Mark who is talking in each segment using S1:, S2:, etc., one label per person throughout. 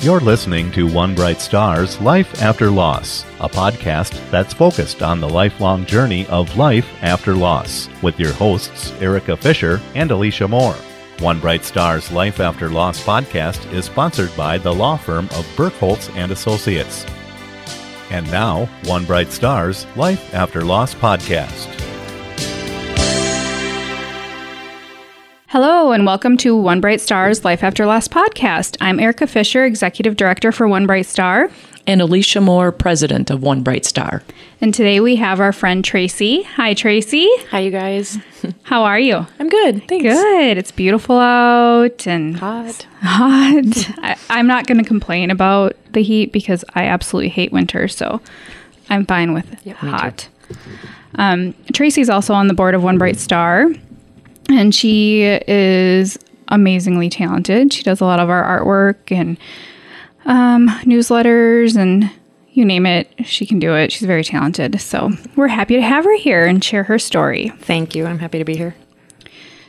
S1: You're listening to One Bright Star's Life After Loss, a podcast that's focused on the lifelong journey of life after loss, with your hosts, Erica Fisher and Alicia Moore. One Bright Star's Life After Loss podcast is sponsored by the law firm of Burkholz and Associates. And now, One Bright Star's Life After Loss podcast.
S2: Hello, and welcome to One Bright Star's Life After Loss podcast. I'm Erica Fisher, Executive Director for One Bright Star.
S3: and Alicia Moore, president of One Bright Star.
S2: And today we have our friend Tracy. Hi, Tracy.
S4: Hi, you guys.
S2: How are you?
S4: I'm good. Thanks.
S2: Good. It's beautiful out and
S4: Hot.
S2: hot. I, I'm not going to complain about the heat because I absolutely hate winter, so I'm fine with hot. Um, Tracy's also on the board of One Bright Star, and she is amazingly talented. She does a lot of our artwork and um, newsletters and you name it, she can do it. She's very talented. So we're happy to have her here and share her story.
S4: Thank you. I'm happy to be here.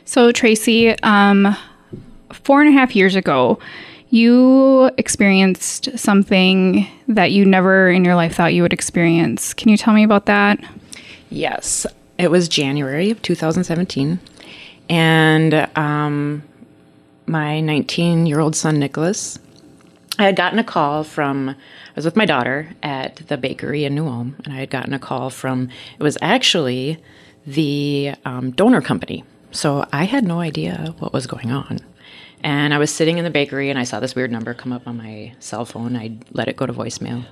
S2: So, Tracy, um, four and a half years ago, you experienced something that you never in your life thought you would experience. Can you tell me about that?
S4: Yes. It was January of 2017. And um, my 19 year old son, Nicholas, I had gotten a call from, I was with my daughter at the bakery in New Ulm, and I had gotten a call from, it was actually the um, donor company. So I had no idea what was going on. And I was sitting in the bakery and I saw this weird number come up on my cell phone. I let it go to voicemail.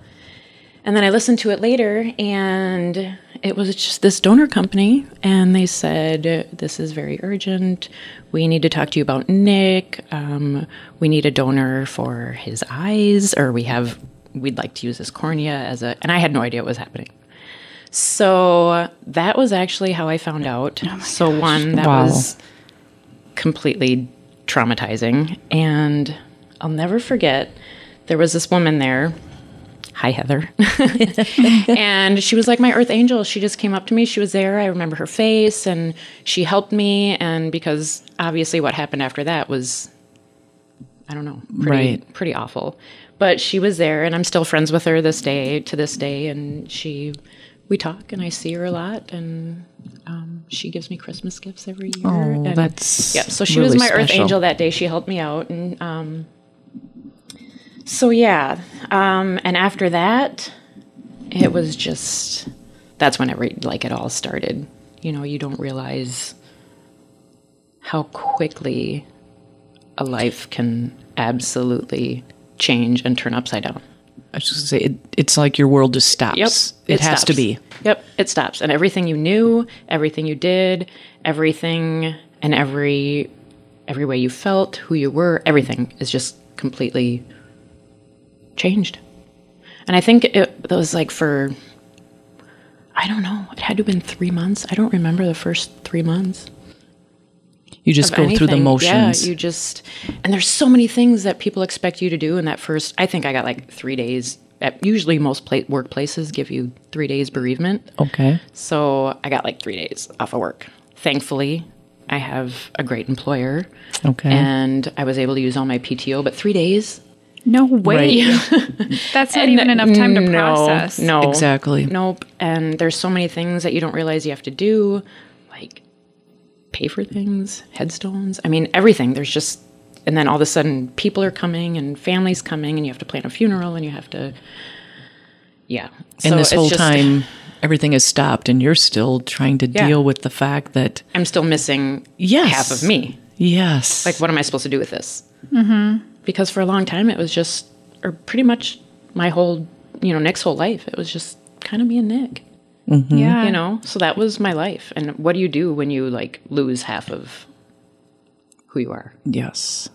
S4: And then I listened to it later, and it was just this donor company, and they said, This is very urgent. We need to talk to you about Nick. Um, we need a donor for his eyes, or we have, we'd like to use his cornea as a, and I had no idea what was happening. So that was actually how I found out. so, one, that
S3: Wow.
S4: was completely traumatizing. And I'll never forget, there was this woman there. Hi, Heather. and she was like my earth angel. She just came up to me. She was there. I remember her face and she helped me. And because obviously what happened after that was, I don't know, pretty,
S3: Right.
S4: pretty awful. But she was there and I'm still friends with her this day, to this day. And she, we talk and I see her a lot. And um, she gives me Christmas gifts every year.
S3: Oh,
S4: and
S3: that's
S4: Yep. So she
S3: really
S4: was my earth
S3: special.
S4: angel that day. She helped me out, and um, so yeah. Um, and after that, it was just that's when every like it all started. You know, you don't realize how quickly a life can absolutely change and turn upside down.
S3: I was just gonna say, it, it's like your world just stops. It, has
S4: stops.
S3: to be.
S4: Yep, it stops. And everything you knew, everything you did, everything and every every way you felt, who you were, everything is just completely changed. And I think it that was like for I don't know, it had to have been three months. I don't remember the first three months.
S3: You just
S4: of
S3: go through the
S4: anything.
S3: motions.
S4: Yeah, you just and there's so many things that people expect you to do in that first. I think I got like three days. At, usually, most pla- workplaces give you three days bereavement.
S3: okay.
S4: So I got like three days off of work. Thankfully, I have a great employer,
S3: Okay.
S4: and I was able to use all my PTO. But three days,
S2: No way. That's not even enough time to
S4: no,
S2: process.
S4: No,
S3: Exactly.
S4: Nope. And there's so many things that you don't realize you have to do, like pay for things, headstones. I mean, everything. There's just, and then all of a sudden, people are coming and families coming, and you have to plan a funeral, and you have to, yeah.
S3: and this
S4: it's
S3: whole
S4: just-
S3: time, everything has stopped, and you're still trying to
S4: Yeah.
S3: deal with the fact that
S4: I'm still missing
S3: Yes.
S4: half of me.
S3: yes,
S4: like what am i supposed to do with this mm-hmm. because for a long time it was just or pretty much my whole you know nick's whole life it was just kind of me and nick
S2: Yeah.
S4: you know so that was my life and what do you do when you like lose half of who you are
S3: yes.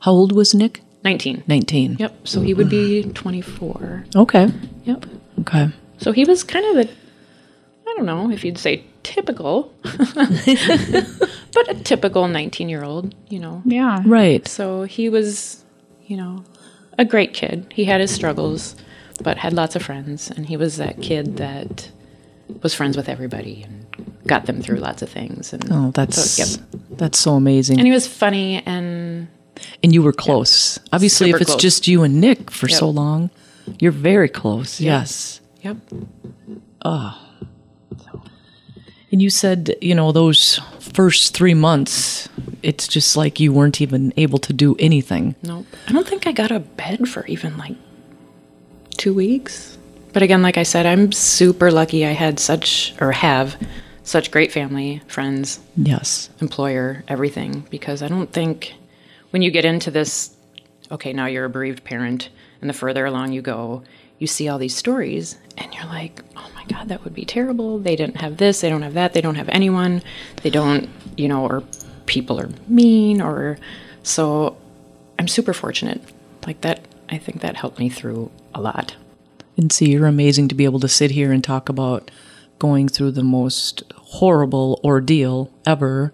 S3: How old was Nick?
S4: 19
S3: Nineteen.
S4: yep so he would be 24
S3: Okay.
S4: yep
S3: Okay.
S4: so he was kind of a i don't know if you'd say typical but a typical 19 year old you know
S2: Yeah.
S3: Right.
S4: So he was, you know, a great kid. He had his struggles, but had lots of friends. And he was that kid that was friends with everybody and got them through lots of things. And,
S3: Oh, that's
S4: So, yep.
S3: that's so amazing.
S4: and he was funny and
S3: and you were close. Obviously,
S4: Super
S3: if it's
S4: close.
S3: just you and Nick for
S4: Yep.
S3: so long, you're very close. Yes.
S4: Yep.
S3: And you said, you know, those first three months, it's just like you weren't even able to do anything.
S4: Nope. I don't think I got a bed for even like two weeks. But again, like I said, I'm super lucky I had such, or have such great family, friends,
S3: Yes.
S4: employer, everything, because I don't think when you get into this, okay, now you're a bereaved parent, and the further along you go, you see all these stories, and you're like, oh my God, that would be terrible. They didn't have this, they don't have that, they don't have anyone, they don't, you know, or people are mean, or so I'm super fortunate. Like that, I think that helped me through a lot.
S3: And see, you're amazing to be able to sit here and talk about going through the most horrible ordeal ever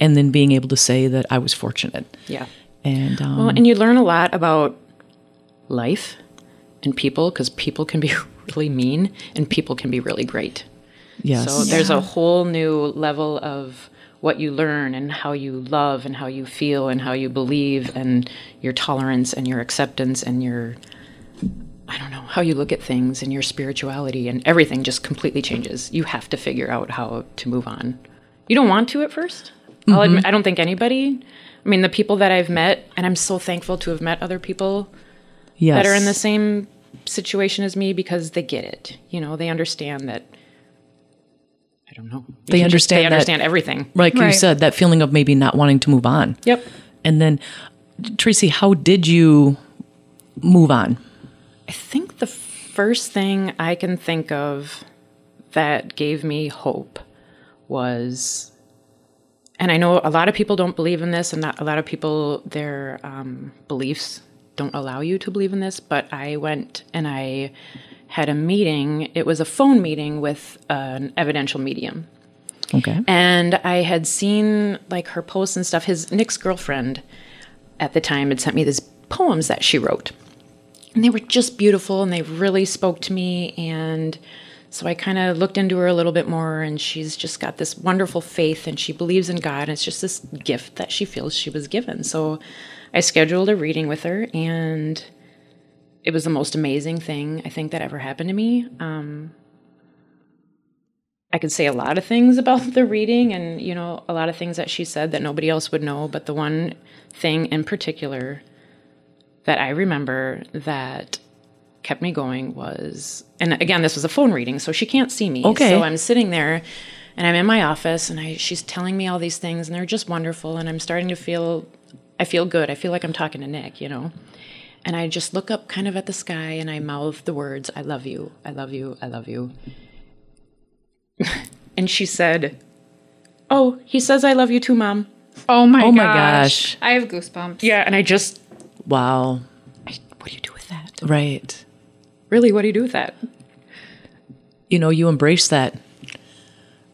S3: and then being able to say that I was fortunate.
S4: Yeah.
S3: And, um,
S4: Well, and you learn a lot about life and people because people can be really mean and people can be really great.
S3: yes.
S4: So there's a whole new level of what you learn and how you love and how you feel and how you believe and your tolerance and your acceptance and your I don't know how you look at things and your spirituality and everything just completely changes. You have to figure out how to move on. You don't want to at 1st I'll admit, I don't think anybody. I mean, the people that I've met, and I'm so thankful to have met other people
S3: yes.
S4: that are in the same situation as me because they get it. You know, they understand that. I don't know. You
S3: They
S4: can just-
S3: understand
S4: They
S3: that-
S4: understand everything.
S3: Like you
S2: Right.
S3: said, that feeling of maybe not wanting to move on.
S4: Yep.
S3: And then, Tracy, how did you move on?
S4: I think the first thing I can think of that gave me hope was, and I know a lot of people don't believe in this, and not, a lot of people, their um, beliefs don't allow you to believe in this, but I went and I had a meeting. It was a phone meeting with an evidential medium.
S3: Okay.
S4: and I had seen like her posts and stuff. His Nick's girlfriend at the time had sent me these poems that she wrote, and they were just beautiful and they really spoke to me. And so I kind of looked into her a little bit more, and she's just got this wonderful faith and she believes in God. And it's just this gift that she feels she was given. So I scheduled a reading with her, and it was the most amazing thing I think that ever happened to me. I could say a lot of things about the reading and, you know, a lot of things that she said that nobody else would know. But the one thing in particular that I remember that kept me going was, and again, this was a phone reading, so she can't see me.
S3: Okay.
S4: So I'm sitting there and I'm in my office and I, she's telling me all these things and they're just wonderful. And I'm starting to feel, I feel good. I feel like I'm talking to Nick, you know? And I just look up kind of at the sky and I mouth the words, I love you, I love you, I love you. And she said, Oh, he says I love you too, mom.
S2: Oh my
S3: Oh my gosh.
S2: I have goosebumps.
S4: Yeah, and I just,
S3: Wow.
S4: I, what do you do with that?
S3: Right.
S4: Really, what do you do with that?
S3: You know, you embrace that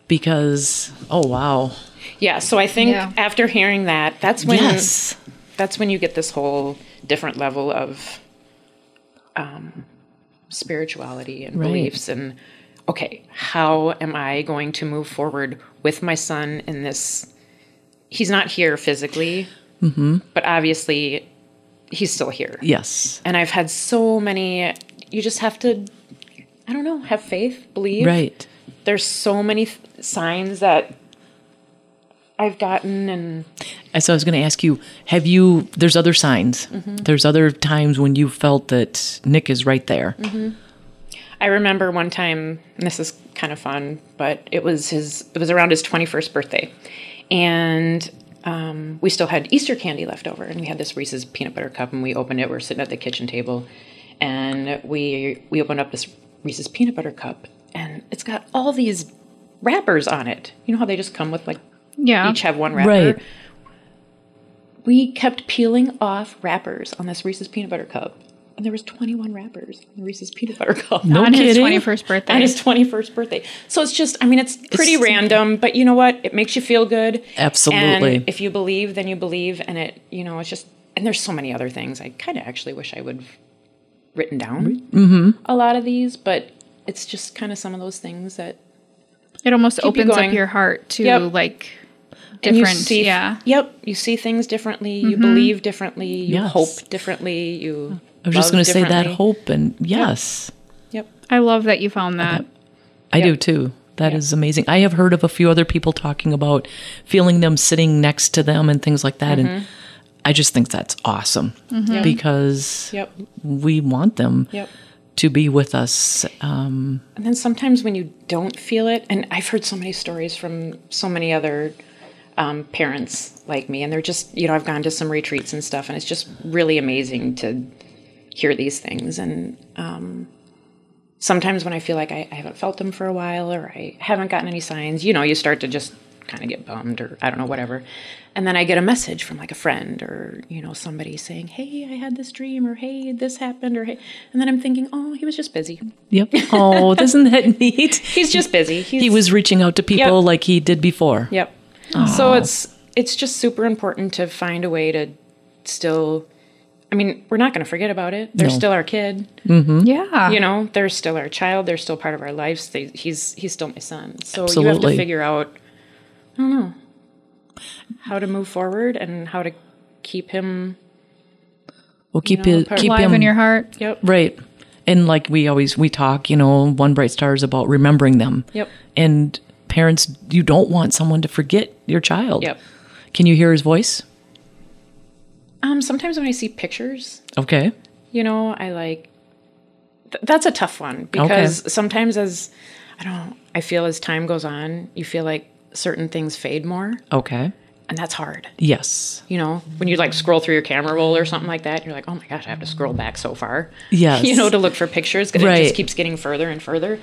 S3: because, oh, wow.
S4: Yeah, so I think
S2: Yeah.
S4: after hearing that, that's when
S3: yes.
S4: that's when you get this whole different level of um, spirituality and
S3: Right.
S4: beliefs and okay, how am I going to move forward with my son in this? He's not here physically,
S3: Mm-hmm.
S4: but obviously he's still here.
S3: Yes.
S4: and I've had so many. You just have to, I don't know, have faith, believe.
S3: Right.
S4: There's so many th- signs that I've gotten, and
S3: And so I was going to ask you, have you, there's other signs. There's other times when you felt that Nick is right there.
S4: I remember one time. And this is kind of fun, but it was his. It was around his 21st birthday, and. Um, we still had Easter candy left over, and we had this Reese's peanut butter cup, and we opened it. We were sitting at the kitchen table, and we we opened up this Reese's peanut butter cup, and it's got all these wrappers on it. You know how they just come with like
S2: Yeah.
S4: each have one wrapper.
S3: Right.
S4: We kept peeling off wrappers on this Reese's peanut butter cup, and there was 21 wrappers on the Reese's peanut butter cup.
S3: No
S2: on his
S3: kidding?
S2: 21st birthday.
S4: On his 21st birthday. So it's just, I mean, it's pretty random, but you know what? It makes you feel good.
S3: Absolutely.
S4: And if you believe, then you believe. And it, you know, it's just, and there's so many other things. I kind of actually wish I would have written down
S3: Mm-hmm.
S4: a lot of these, but it's just kind of some of those things that
S2: it almost opens up
S4: going.
S2: your heart to
S4: Yep.
S2: like
S4: and you
S2: Different,
S4: see,
S2: yeah. Mm-hmm.
S4: Yep. You see things differently. You believe differently. You
S3: Yes.
S4: hope differently. You.
S3: I was just
S4: love
S3: going to say that
S4: differently.
S3: hope and yes,
S4: Yep.
S2: I love that you found that.
S3: I do too. That is amazing. I have heard of a few other people talking about feeling them sitting next to them and things like that.
S4: Mm-hmm.
S3: And I just think that's awesome because
S4: Yep.
S3: we want them
S4: Yep.
S3: to be with us. Um,
S4: And then sometimes when you don't feel it, and I've heard so many stories from so many other um, parents like me, and they're just, you know, I've gone to some retreats and stuff, and it's just really amazing to hear these things. And um, sometimes when I feel like I, I haven't felt them for a while or I haven't gotten any signs, you know, you start to just kind of get bummed or I don't know, whatever. And then I get a message from like a friend or, you know, somebody saying, hey, I had this dream or hey, this happened or hey. And then I'm thinking, oh, he was just busy.
S3: yep. Oh, isn't that neat?
S4: He's just busy. He's,
S3: He was reaching out to people
S4: Yep.
S3: like he did before.
S4: Yep. So it's it's just super important to find a way to still. I mean, we're not going to forget about it. They're
S3: No.
S4: still our kid.
S2: Mm-hmm. Yeah.
S4: You know, they're still our child. They're still part of our lives. They, he's he's still my son. So you have
S3: Absolutely.
S4: to figure out. I don't know how to move forward and how to keep him.
S3: Well, keep
S4: know,
S3: it,
S4: part-
S3: keep
S2: Alive
S3: him
S2: in your heart.
S4: Yep.
S3: Right. And like we always we talk, you know, one bright star is about remembering them.
S4: Yep.
S3: And parents, you don't want someone to forget your child.
S4: Yep.
S3: Can you hear his voice?
S4: Um. Sometimes when I see pictures
S3: Okay.
S4: you know i like th- that's a tough one because sometimes as i don't i feel as time goes on you feel like certain things fade more
S3: Okay.
S4: and that's hard
S3: Yes.
S4: you know when you like scroll through your camera roll or something like that you're like oh my gosh i have to scroll back so far
S3: Yes.
S4: you know to look for pictures because it
S3: Right.
S4: just keeps getting further and further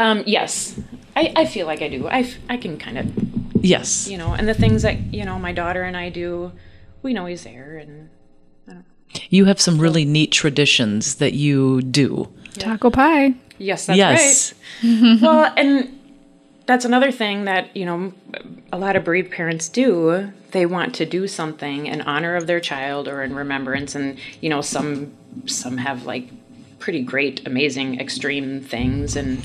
S4: um, yes I, I feel like i do I, f- I can kind of
S3: Yes.
S4: you know and the things that you know my daughter and i do we know he's there and
S3: You have some really neat traditions that you do.
S2: Taco pie.
S4: yes that's right
S3: yes.
S2: Mm-hmm.
S4: well, and that's another thing that, you know, a lot of bereaved parents do. They want to do something in honor of their child or in remembrance and, you know, some some have like pretty great, amazing, extreme things and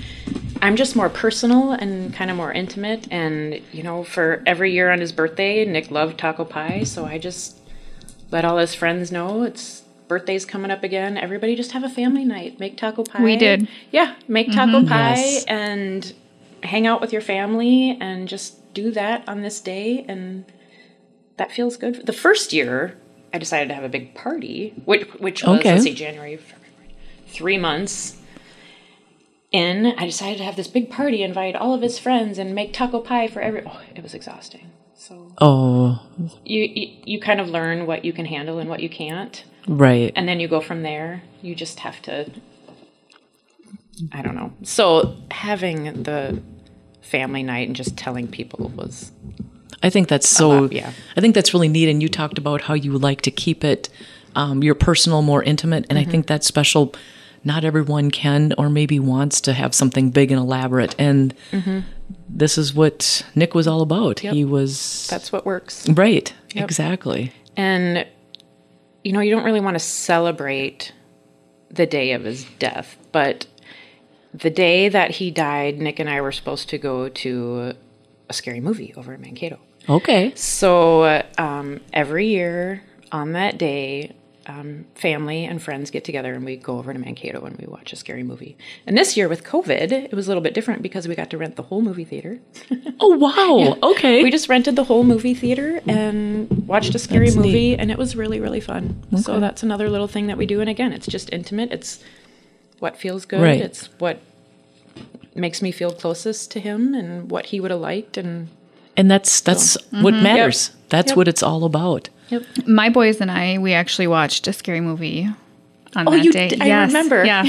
S4: I'm just more personal and kind of more intimate and, you know, for every year on his birthday, Nick loved taco pie, so I just let all his friends know it's birthday's coming up again. Everybody just have a family night, make taco pie.
S2: We did.
S4: Yeah, make taco pie
S3: Mm-hmm. Yes.
S4: and hang out with your family and just do that on this day and that feels good. The first year, I decided to have a big party, which which was
S3: Okay.
S4: let's see, January, February, three months in. I decided to have this big party, invite all of his friends, and make taco pie for every. Oh, it was exhausting. So
S3: Oh,
S4: you, you you kind of learn what you can handle and what you can't,
S3: right.
S4: and then you go from there. You just have to. I don't know. So having the family night and just telling people was
S3: I think that's so.
S4: lot, yeah.
S3: I think that's really neat. And you talked about how you like to keep it um, your personal, more intimate, and I think that's special. Not everyone can or maybe wants to have something big and elaborate. And this is what Nick was all about. He was
S4: that's what works.
S3: right, exactly.
S4: And you know, you don't really want to celebrate the day of his death, but the day that he died, Nick and I were supposed to go to a scary movie over in Mankato.
S3: Okay,
S4: So um, every year on that day, um, family and friends get together and we go over to Mankato and we watch a scary movie. And this year with COVID, it was a little bit different because we got to rent the whole movie theater.
S3: Oh wow. Okay.
S4: We just rented the whole movie theater and watched a scary movie, and it was really, really fun. So that's another little thing that we do. And again, it's just intimate. It's what feels good.
S3: Right.
S4: It's what makes me feel closest to him and what he would have liked. And
S3: and that's that's what
S4: mm-hmm.
S3: matters. That's what it's all about.
S2: My boys and I, we actually watched a scary movie on
S4: Oh,
S2: that
S4: you
S2: day.
S4: did- I remember.
S2: Yeah.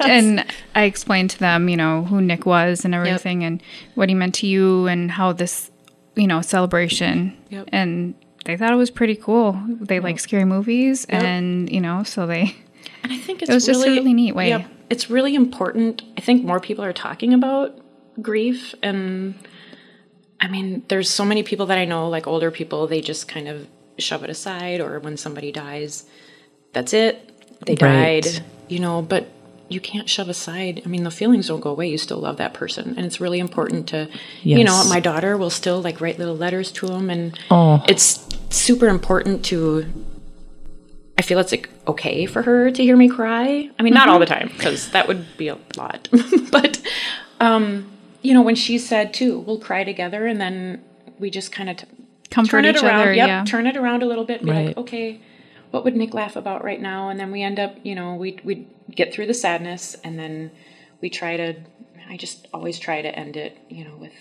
S2: And I explained to them, you know, who Nick was and everything and what he meant to you and how this, you know, celebration.
S4: Yep.
S2: And they thought it was pretty cool. They like scary movies and, you know, so they
S4: and I think it's
S2: was just a really neat way.
S4: it's really important. I think more people are talking about grief and I mean, there's so many people that I know, like older people, they just kind of shove it aside, or when somebody dies, that's it. They
S3: Right.
S4: died, you know. But you can't shove aside. I mean, the feelings don't go away. You still love that person, and it's really important to, you know,
S3: Yes.
S4: my daughter will still like write little letters to him, and
S3: Oh.
S4: it's super important to. I feel it's like okay for her to hear me cry. I mean, not
S3: Mm-hmm.
S4: all the time because that would be a lot, but um, you know, when she said too, we'll cry together, and then we just kind of. T-
S2: Comfort
S4: turn it
S2: each
S4: around.
S2: other.
S4: yep,
S2: yeah.
S4: turn it around a little bit. And be
S3: Right.
S4: like, okay, what would Nick laugh about right now? And then we end up, you know, we we get through the sadness, and then we try to. I just always try to end it, you know, with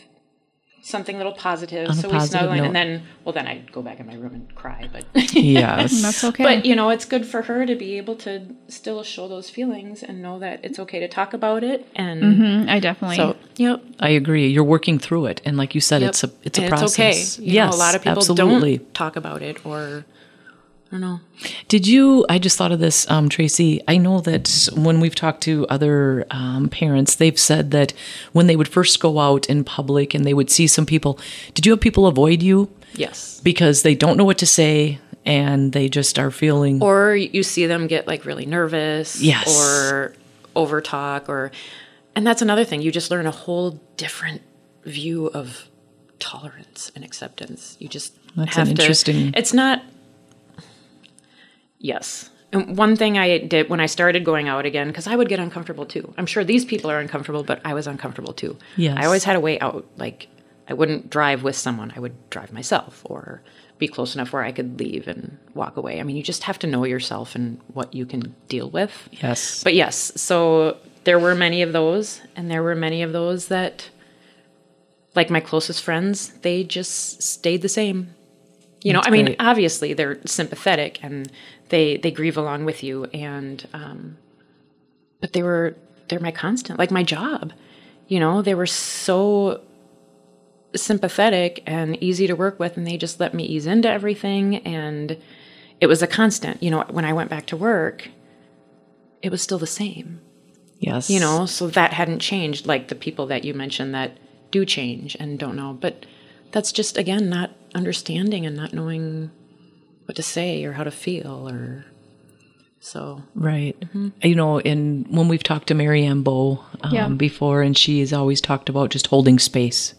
S4: something a little positive.
S3: On a
S4: so we
S3: positive
S4: snuggle in,
S3: note.
S4: and then, well, then I go back in my room and cry. But
S3: Yes.
S2: That's okay.
S4: but you know, it's good for her to be able to still show those feelings and know that it's okay to talk about it. And
S2: Mm, I definitely.
S4: so, yep,
S3: I agree. You're working through it, and like you said,
S4: Yep.
S3: it's a it's a
S4: And
S3: process.
S4: It's okay. You
S3: yes,
S4: know, a lot of people
S3: absolutely.
S4: don't talk about it, or I don't know.
S3: Did you? I just thought of this, um, Tracy. I know that when we've talked to other um, parents, they've said that when they would first go out in public and they would see some people, did you have people avoid you
S4: Yes.
S3: because they don't know what to say and they just are feeling?
S4: Or you see them get like really nervous.
S3: Yes.
S4: Or over talk, or and that's another thing. You just learn a whole different view of tolerance and acceptance. You just
S3: That's an
S4: have to.
S3: interesting-
S4: It's not. Yes. And one thing I did when I started going out again, because I would get uncomfortable too. I'm sure these people are uncomfortable, but I was uncomfortable too.
S3: Yes.
S4: I always had a way out. Like I wouldn't drive with someone. I would drive myself or be close enough where I could leave and walk away. I mean, you just have to know yourself and what you can deal with.
S3: yes,
S4: But yes, so there were many of those and there were many of those that like my closest friends, they just stayed the same. You know,
S3: That's
S4: I mean,
S3: great.
S4: obviously they're sympathetic and they they grieve along with you and um but they were they're my constant, like my job. You know, they were so sympathetic and easy to work with and they just let me ease into everything and it was a constant. You know, when I went back to work, it was still the same
S3: yes.
S4: you know so that hadn't changed like the people that you mentioned that do change and don't know but that's just again not understanding and not knowing what to say or how to feel or so
S3: Right.
S4: Mm-hmm.
S3: You know, and when we've talked to Mary Ann Bow um,
S2: Yeah.
S3: before, and she has always talked about just holding space.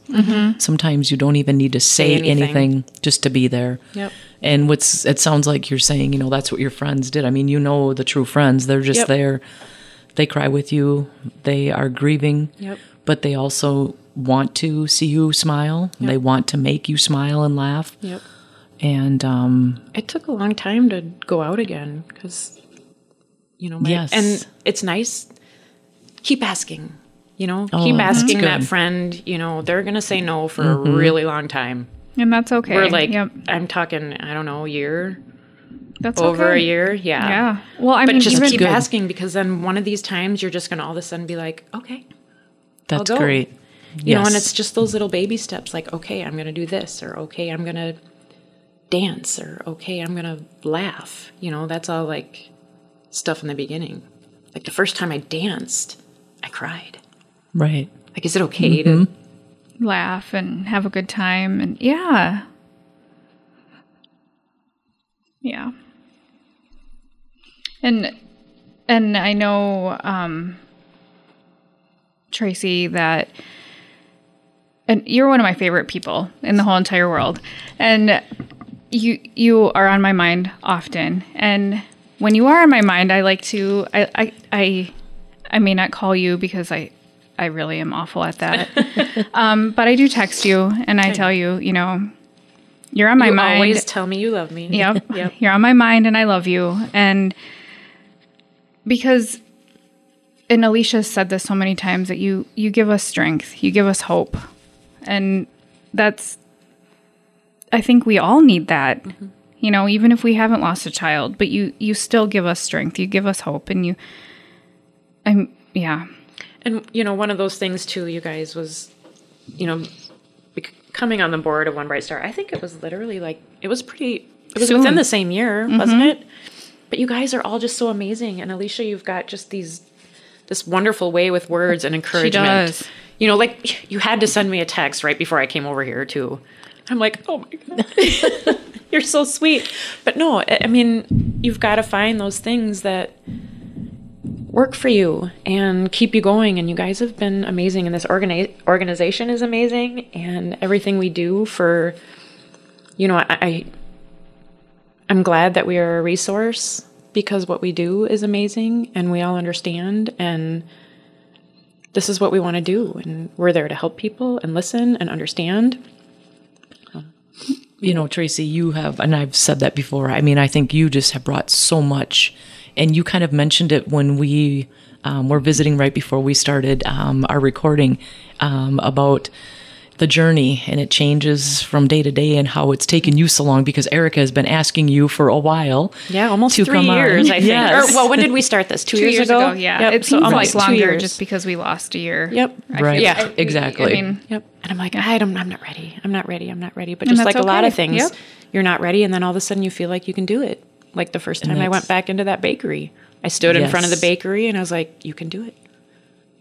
S3: Sometimes you don't even need to say, anything.
S4: Mm-hmm. anything.
S3: just to be there.
S4: Yep.
S3: And what's it sounds like you're saying, you know, that's what your friends did. I mean, you know, the true friends, they're just
S4: Yep.
S3: there. They cry with you. They are grieving.
S4: Yep.
S3: But they also want to see you smile. They want to make you smile and laugh.
S4: yep
S3: And um,
S4: it took a long time to go out again because you know my,
S3: Yes.
S4: and it's nice keep asking you know
S3: Oh,
S4: keep
S3: that's
S4: asking that
S3: good.
S4: friend you know they're gonna say no for a really long time
S2: and that's okay.
S4: we're like
S2: yep.
S4: i'm talking i don't know a year
S2: That's
S4: over
S2: okay.
S4: a year yeah
S2: Yeah. Well, I
S4: but
S2: mean,
S4: just
S2: even
S4: keep
S3: Good.
S4: asking because then one of these times you're just going to all of a sudden be like, okay,
S3: that's
S4: go.
S3: great.
S4: you know, and it's just those little baby steps like, okay, I'm going to do this, or okay, I'm going to dance, or okay, I'm going to laugh. You know, that's all like stuff in the beginning. Like the first time I danced, I cried.
S3: right.
S4: Like, is it okay to?
S2: laugh and have a good time, and yeah, yeah. And and I know um, Tracy that. And you're one of my favorite people in the whole entire world, and you you are on my mind often and when you are on my mind i like to i i i, I may not call you because i i really am awful at that um but i do text you and i tell you you know you're on my
S4: You
S2: mind
S4: always tell me you love me.
S2: Yep.
S4: Yep.
S2: You're on my mind and I love you. And because and Alicia said this so many times that you you give us strength, you give us hope. And that's I think we all need that. You know, even if we haven't lost a child, but you you still give us strength, you give us hope and you I'm yeah.
S4: And you know, one of those things too, you guys was, you know, bec- coming on the board of One Bright Star. I think it was literally like it was pretty. It was
S2: Soon.
S4: within the same year, wasn't it? But you guys are all just so amazing, and Alicia, you've got just these this wonderful way with words and encouragement.
S2: does.
S4: You know, like you had to send me a text right before I came over here too. I'm like, oh my god, you're so sweet. But no, I I mean, you've got to find those things that work for you and keep you going. And you guys have been amazing, and this organi- organization is amazing, and everything we do for, you know, I, I I'm glad that we are a resource because what we do is amazing, and we all understand and. This is what we want to do, and we're there to help people and listen and understand.
S3: you know, Tracy, you have, and I've said that before. I mean, I think you just have brought so much, and you kind of mentioned it when we um, were visiting right before we started um, our recording um, about the journey, and it changes from day to day, and how it's taken you so long because Erica has been asking you for a while.
S4: Yeah, almost
S3: to
S4: three
S3: come on.
S4: years, I think.
S3: Yes.
S4: Or, well, when did we start this? Two,
S2: Two years ago, yeah.
S4: Yep.
S2: It
S4: so
S2: seems
S4: almost
S2: like
S4: two
S2: longer
S4: years.
S2: just because we lost a year.
S4: Yep.
S2: I feel
S3: Right.
S4: Yeah,
S2: like we-
S3: exactly.
S2: I mean,
S4: Yep. And I'm like, I don't, I'm not ready. I'm not ready. I'm not ready. But
S2: that's
S4: just like a lot
S2: okay.
S4: of things,
S2: Yep.
S4: you're not ready. And then all of a sudden you feel like you can do it. Like the first time I went
S3: that's-
S4: back into that bakery, I stood in front of the
S3: Yes.
S4: bakery and I was like, you can do it.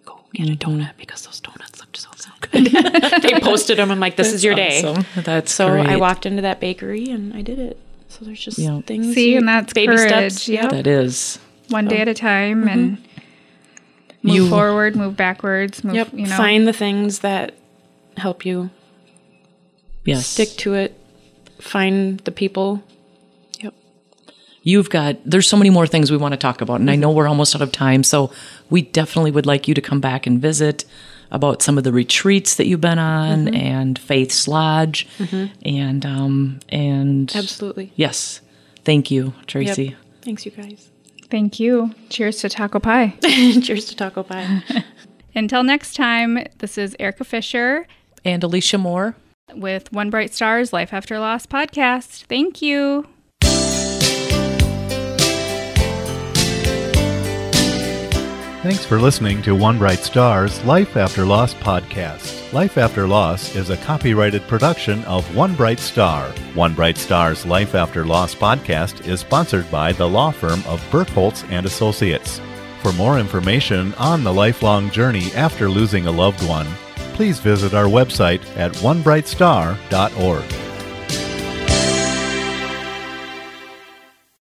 S4: Go get a donut because those donuts looked so, so good. they posted them. I'm like, this is your day.
S3: Awesome. That's
S4: So I
S3: great.
S4: walked into that bakery and I did it. So there's just
S3: Yeah.
S4: things.
S2: See,
S4: you-
S2: and that's
S4: baby
S2: courage.
S4: steps.
S2: Yep.
S4: Yeah.
S3: That is.
S2: one day at a time and move
S3: You-
S2: forward, move backwards, move,
S4: Yep.
S2: you know.
S4: Find the things that help you
S3: Yes.
S4: stick to it find the people yep
S3: you've got there's so many more things we want to talk about and i know we're almost out of time so we definitely would like you to come back and visit about some of the retreats that you've been on and faith's lodge and um and
S4: absolutely
S3: yes thank you
S4: yep.
S3: tracy
S4: thanks you guys
S2: Thank you. Cheers to taco pie.
S4: cheers to taco pie
S2: Until next time, this is Erica Fisher
S3: and alicia moore
S2: with One Bright Stars Life After Loss podcast. Thank you.
S1: Thanks for listening to One Bright Star's Life After Loss podcast. Life After Loss is a copyrighted production of One Bright Star. One Bright Star's Life After Loss podcast is sponsored by the law firm of Burkholz and Associates. For more information on the lifelong journey after losing a loved one, please visit our website at onebrightstar.org.